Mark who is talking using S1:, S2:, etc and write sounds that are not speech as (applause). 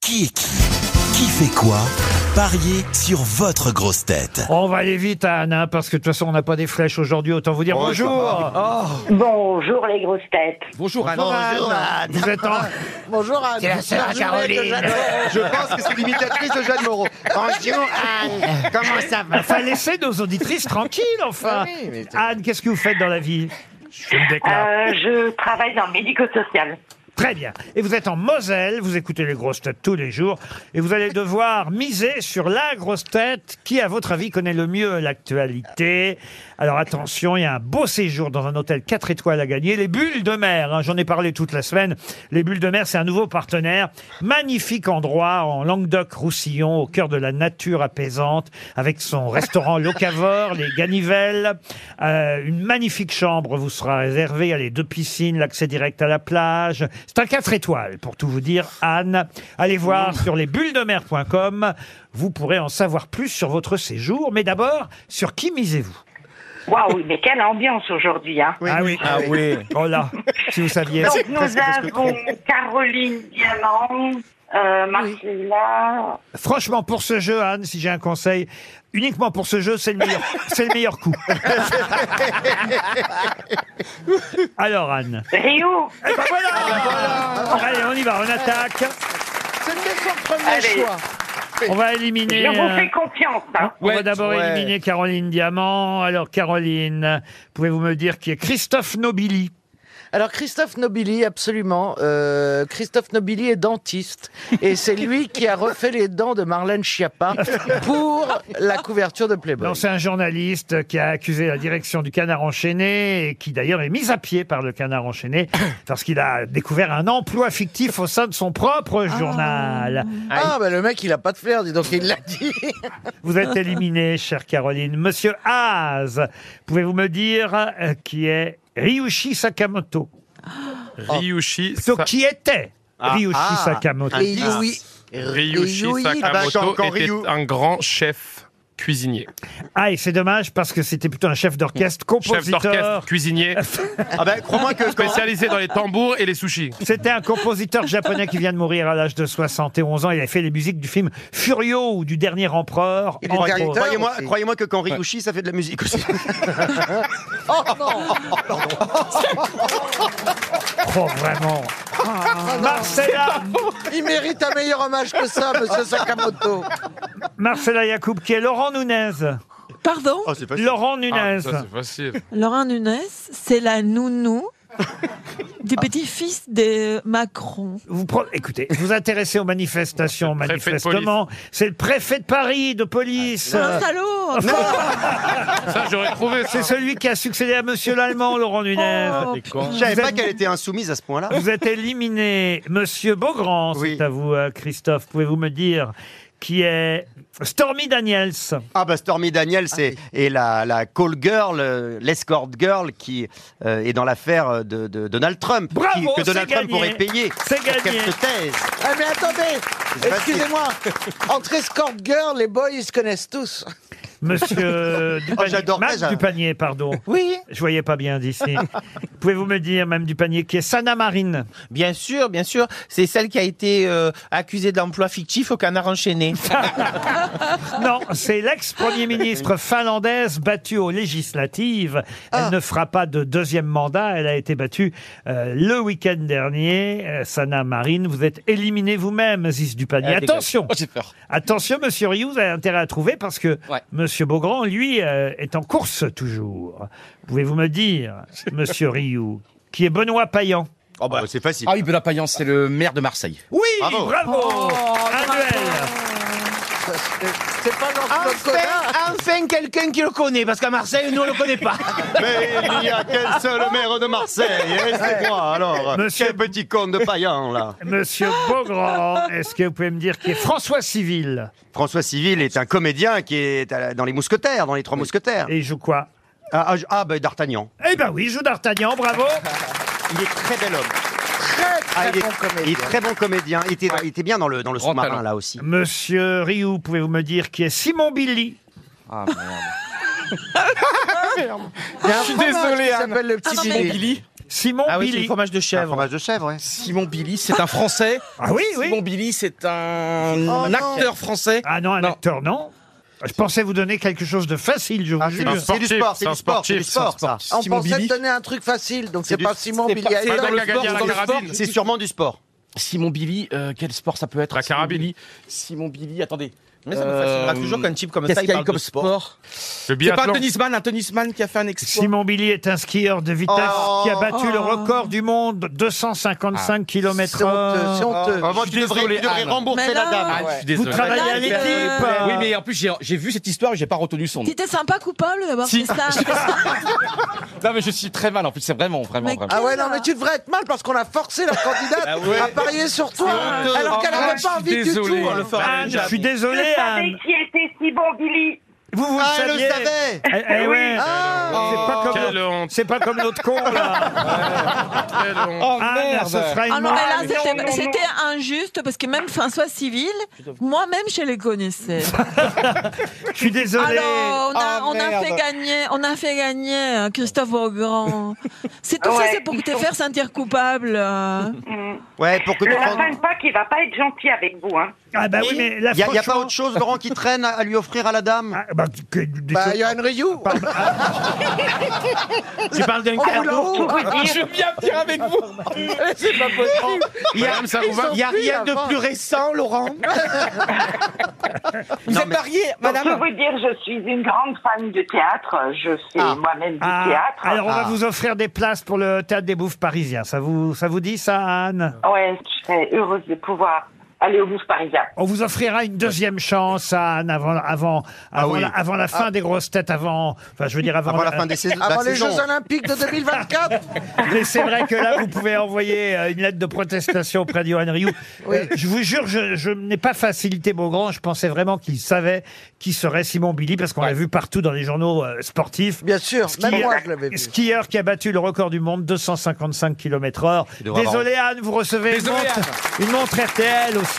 S1: Qui est qui Qui fait quoi Pariez sur votre grosse tête.
S2: On va aller vite, Anne, hein, parce que de toute façon, on n'a pas des flèches aujourd'hui. Autant vous dire
S3: Oh,
S2: bonjour. Oh,
S4: Bonjour les grosses têtes.
S5: Bonjour Anne. Bonjour Anne.
S2: Vous êtes en...
S3: (laughs) Bonjour Anne.
S5: Je pense que c'est l'imitatrice de Jeanne Moreau.
S3: Bonjour Anne. Comment ça va
S2: Bah, Enfin, laissez nos auditrices tranquilles, enfin.
S3: Oui, mais c'est-
S2: Anne, qu'est-ce que vous faites dans la vie Je me déclare.
S4: Euh, je travaille dans le médico-social.
S2: Très bien. Et vous êtes en Moselle, vous écoutez les grosses têtes tous les jours, et vous allez devoir miser sur la grosse tête qui, à votre avis, connaît le mieux l'actualité. Alors attention, il y a un beau séjour dans un hôtel 4 étoiles à gagner. Les Bulles de Mer, hein, j'en ai parlé toute la semaine. Les Bulles de Mer, c'est un nouveau partenaire. Magnifique endroit en Languedoc-Roussillon, au cœur de la nature apaisante, avec son restaurant locavore, les Ganivelles. Euh, une magnifique chambre vous sera réservée. Il y a les deux piscines, l'accès direct à la plage. C'est un 4 étoiles, pour tout vous dire, Anne. Allez voir sur lesbullesdemer.com. Vous pourrez en savoir plus sur votre séjour. Mais d'abord, sur qui misez-vous (laughs)
S4: Waouh, mais quelle ambiance aujourd'hui. Hein.
S2: Ah oui. Ah oui. Oh là, si vous saviez.
S4: Donc nous avons Caroline Diamant, euh, Marcella.
S2: Franchement, pour ce jeu, Anne, si j'ai un conseil, uniquement pour ce jeu, c'est le meilleur, c'est le meilleur coup. Alors, Anne.
S4: Rio,
S2: Eh ben voilà Allez, on y va, on attaque.
S3: C'était son premier
S4: Allez.
S3: choix.
S2: On va
S4: je
S2: éliminer.
S4: vous
S2: euh,
S4: fais confiance. hein.
S2: on va d'abord
S5: ouais.
S2: éliminer Caroline Diamant. Alors, Caroline, pouvez-vous me dire qui est Christophe Nobili
S3: Alors Christophe Nobili, absolument. Euh, Christophe Nobili est dentiste et c'est lui qui a refait les dents de Marlène Schiappa pour la couverture de Playboy.
S2: Non, c'est un journaliste qui a accusé la direction du Canard Enchaîné et qui d'ailleurs est mis à pied par le Canard Enchaîné parce qu'il a découvert un emploi fictif au sein de son propre journal.
S3: Ah bah le mec il a pas de flair, dis donc il l'a dit.
S2: Vous êtes éliminé, chère Caroline. Monsieur Haas, pouvez-vous me dire euh, qui est Ryushi Sakamoto
S6: Ryushi,
S2: Plutôt,
S6: Sa-
S2: qui était Ryushi
S3: ah.
S2: Sakamoto
S3: Et Yui.
S6: Ryushi
S3: Yui
S6: Sakamoto
S5: Baka-
S6: était
S5: Ryu.
S6: un grand chef cuisinier.
S2: Ah, et c'est dommage parce que c'était plutôt un chef d'orchestre,
S6: Chef d'orchestre,
S2: compositeur.
S6: cuisinier,
S5: Ah ben crois-moi que (laughs) quand-
S6: spécialisé dans les tambours et les sushis.
S2: C'était un compositeur japonais qui vient de mourir à l'âge de 71 ans. Il a fait les musiques du film Furio ou du Dernier Empereur.
S3: Il est
S2: entre
S3: directeur.
S2: autres.
S5: Croyez-moi
S3: aussi.
S5: croyez que quand Ryushi, ça fait de la musique aussi.
S2: Oh, vraiment. Marcella,
S3: Il mérite un meilleur hommage que ça, monsieur Sakamoto.
S2: Marcella Yacoub, qui est Laurent Nunez.
S7: Pardon
S5: (laughs) Oh, c'est pas
S2: Laurent
S6: Ah,
S2: Nunez.
S6: ça c'est facile.
S7: Laurent Nunez, c'est la nounou du petit-fils de Macron.
S2: vous pre- écoutez, vous intéressez aux manifestations,
S6: C'est le préfet de
S2: manifestement. C'est le préfet de Paris, de police.
S7: C'est un
S5: Ah,
S7: Ah, salaud
S6: Ça j'aurais trouvé. Ça.
S2: C'est celui qui a succédé à Monsieur l'Allemand, Laurent Nunez.
S7: Oh,
S5: Je
S7: putain.
S5: savais
S2: Vous
S5: pas
S2: êtes-
S5: qu'elle était insoumise à ce point-là.
S2: Vous êtes éliminé. Monsieur Beaugrand,
S5: Oui.
S2: c'est à vous, euh, Christophe. Pouvez-vous me dire qui est Stormy Daniels
S5: Ah bah Stormy Daniels c'est et la, la call girl, euh, l'escort girl qui euh, est dans l'affaire de, de Donald Trump.
S2: Bravo,
S5: qui- que
S2: c'est
S5: Donald Trump
S2: gagné.
S5: pourrait payer.
S2: C'est
S5: pour
S2: gagné.
S5: Quelques thèses.
S3: Ah mais attendez, excusez-moi. Entre escort girl, les boys ils se connaissent tous.
S2: Monsieur
S5: (laughs)
S2: Dupanier.
S5: j'adorerais,
S2: Madame
S5: ça.
S2: Dupanier, pardon.
S8: Oui,
S2: Je voyais pas bien
S5: (laughs)
S2: d'ici. Pouvez-vous me dire, Mme Dupanier, qui est Sana Marine
S8: bien sûr, bien sûr. C'est celle qui a été euh, accusée d'emploi fictif au canard
S3: (laughs)
S8: enchaîné.
S2: Non, c'est l'ex-premier ministre finlandaise battue aux législatives. Elle ne fera pas de deuxième mandat. Elle a été battue euh, le week-end dernier. Euh, Sana Marine, vous êtes éliminé vous-même, Ziz Dupanier.
S8: Ah, dégage.
S2: Attention
S8: j'ai peur.
S2: Attention, monsieur Rioux, vous avez intérêt à trouver parce que
S8: Ouais.
S2: monsieur Beaugrand, lui, euh, est en course toujours. Pouvez-vous
S8: (laughs)
S2: me dire, monsieur Rioux, qui est Benoît Payan
S5: Oh bah, c'est facile.
S9: Ah oui, Benoît Payan, c'est le maire de Marseille.
S2: Oui, bravo,
S5: Bravo.
S8: Oh,
S2: Un duel
S3: Ça, c'est- C'est pas
S8: Enfin,
S3: Jean-Claude Godard.
S8: enfin quelqu'un qui le connaît, parce qu'à Marseille, nous, on le connaît pas.
S5: Mais il n'y a qu'un seul maire de Marseille, et c'est moi alors.
S2: Monsieur-
S5: Quel petit con de païen là.
S2: Monsieur Beaugrand, est-ce que vous pouvez me dire qui est François Civil
S5: François Civil est un comédien qui est à la- dans les mousquetaires, dans les trois mousquetaires.
S2: Et il joue quoi
S5: Ah, ah, je- ah, bah d'Artagnan.
S2: Eh ben oui, il joue d'Artagnan, bravo
S5: Il est très bel homme.
S3: Très très
S5: Ah, il, est,
S3: bon
S5: il
S3: comédien.
S5: est très bon comédien. Il était, il était bien dans le, dans le
S9: Grand
S5: sous-marin
S9: talent.
S5: là aussi.
S2: Monsieur Rioux, pouvez-vous me dire qui est Simon Billy
S9: Ah merde.
S3: Il y a un fromage qui s'appelle le petit
S7: Ah non, mais-
S3: Billy.
S2: Simon
S8: Ah oui, c'est le
S2: Billy.
S8: fromage de
S5: Un
S8: chèvre.
S5: fromage de chèvre, ouais.
S9: Simon Billy, c'est un
S3: (laughs)
S9: Français.
S2: Ah oui, oui.
S9: Simon Billy, c'est un,
S8: Oh
S9: un acteur français.
S2: Ah non, un
S9: Non.
S2: acteur, non. Je pensais vous donner quelque chose de facile, je vous
S5: Ah, c'est
S2: jure.
S5: du- c'est du
S6: sportif,
S5: sport,
S6: c'est
S5: c'est
S6: un
S5: du sport, c'est du
S6: sportif,
S5: sport, ça.
S3: On
S9: Simon
S3: pensait
S9: Billy.
S3: te donner un truc facile, donc c'est
S5: du-
S3: pas
S8: Oh,
S3: Simon
S9: c'est
S3: Billy.
S9: pas-
S3: Hayden.
S9: dans
S6: Dans
S9: le
S6: la
S9: sport,
S6: la
S9: dans le
S6: carabine.
S9: sport,
S5: C'est sûrement du sport.
S9: Simon Billy, euh, quel sport ça peut être
S6: La
S9: Simon
S6: carabine.
S9: Billy, Simon Billy, attendez.
S8: Mais ça me fascinera
S9: Euh,
S8: toujours qu'un type comme
S9: Qu'est-ce
S8: ça,
S9: qu'il
S8: il
S9: y a eu
S8: parle
S9: comme
S8: de sport.
S9: sport
S6: Le
S9: C'est pas un
S6: biathlon.
S9: tennisman, un tennisman qui a fait un exploit.
S2: Simon Billy est un skieur de vitesse
S5: Oh.
S2: qui a battu le
S7: Oh.
S2: record du monde, 255 km
S3: C'est
S9: Ah.
S3: honteux, c'est honteux.
S5: Vraiment, tu devrais, tu devrais
S9: Anne.
S5: rembourser
S7: Mais
S5: la
S7: non.
S5: dame.
S9: Ouais.
S6: Je suis
S2: Vous
S6: désolé.
S2: travaillez à
S7: Là,
S2: l'équipe
S7: euh,
S9: Oui, mais en plus, j'ai- j'ai vu cette histoire et j'ai pas retenu son nom.
S7: T'étais sympa coupable d'avoir
S9: Si.
S7: fait ça.
S9: Non, mais je suis très mal en plus, c'est vraiment, vraiment,
S7: Mais-
S9: vraiment.
S3: Ah ouais, non, mais tu devrais être mal parce qu'on a forcé la candidate à parier sur toi
S9: Ah honteux.
S3: alors qu'elle
S9: Ah,
S3: n'avait
S9: je
S3: pas
S9: suis
S3: envie du
S9: désolé.
S3: tout.
S9: On le fera
S2: Anne, je suis désolé,
S4: Je savais
S2: Anne.
S4: qui était Simon Billy.
S2: Vous vous
S5: Ah, elle
S2: saviez.
S5: le savait
S2: Eh, eh
S4: Oui.
S2: ouais.
S3: Ah,
S2: C'est pas comme
S6: Quelle
S2: l'autre-
S6: honte,
S2: C'est pas comme l'autre con là.
S6: quelle honte.
S9: Oh
S2: Anne, ce sera une
S7: Ah non, mais là,
S2: honte.
S7: c'était-
S4: non, non.
S7: c'était injuste parce que même François Civil, moi-même, je les connaissais.
S2: Je suis désolé.
S7: Alors, on a,
S9: Ah,
S7: on a
S9: merde.
S7: fait gagner, on a fait gagner euh, Christophe Beaugrand. C'est tout ça,
S4: Ouais.
S7: c'est pour te faire sentir coupable. euh.
S4: Hmm.
S5: Ouais, pour que
S4: Le
S5: tu
S4: lapin de
S5: prennes.
S4: Pâques, il va pas être gentil avec vous. Hein.
S2: Ah bah oui, mais là,
S5: Il n'y a, y a pas
S2: franchement-
S5: autre chose, Laurent, qui traîne à, à lui offrir à la dame
S2: Ah, bah, que- des
S3: Bah,
S2: choses-
S3: Yoann Ryu
S8: Tu parles d'un
S3: Oh,
S9: Je viens dire avec vous.
S3: C'est pas possible
S8: Il y a,
S6: Madame, ça vous va
S8: il y
S3: Ah,
S8: a rien de plus récent, Laurent. vous êtes marié,
S4: Donc, je
S8: madame
S4: veux dire, je suis une grande fan de théâtre. Je fais moi-même du
S2: Ah,
S4: théâtre.
S2: alors on va vous offrir des places pour le théâtre des bouffes parisiens. Ça vous, ça vous dit ça, Anne
S4: Ouais, je serais heureuse de pouvoir aller au bouffe parisien.
S2: On vous offrira une deuxième chance, Anne, avant, avant, avant,
S5: oui.
S2: la, avant la fin des grosses têtes, avant, enfin, je veux dire avant,
S5: avant la fin des sais-
S3: Ah, Avant
S5: la
S3: les
S5: saison
S3: Jeux Olympiques de 2024
S2: Mais c'est vrai que là, vous pouvez envoyer euh, une lettre de protestation auprès de Johan Rioux. Euh, Je vous jure, je, je n'ai pas facilité Beaugrand. Je pensais vraiment qu'il savait qui serait Simon Billy, parce qu'on l'a vu partout dans les journaux euh, sportifs.
S3: Bien sûr, même
S2: Skieur-
S3: moi je l'avais vu.
S2: Skieur qui a battu le record du monde, 255 km heure.
S5: devrait
S2: Désolé Anne, vous recevez une montre, une montre RTL aussi.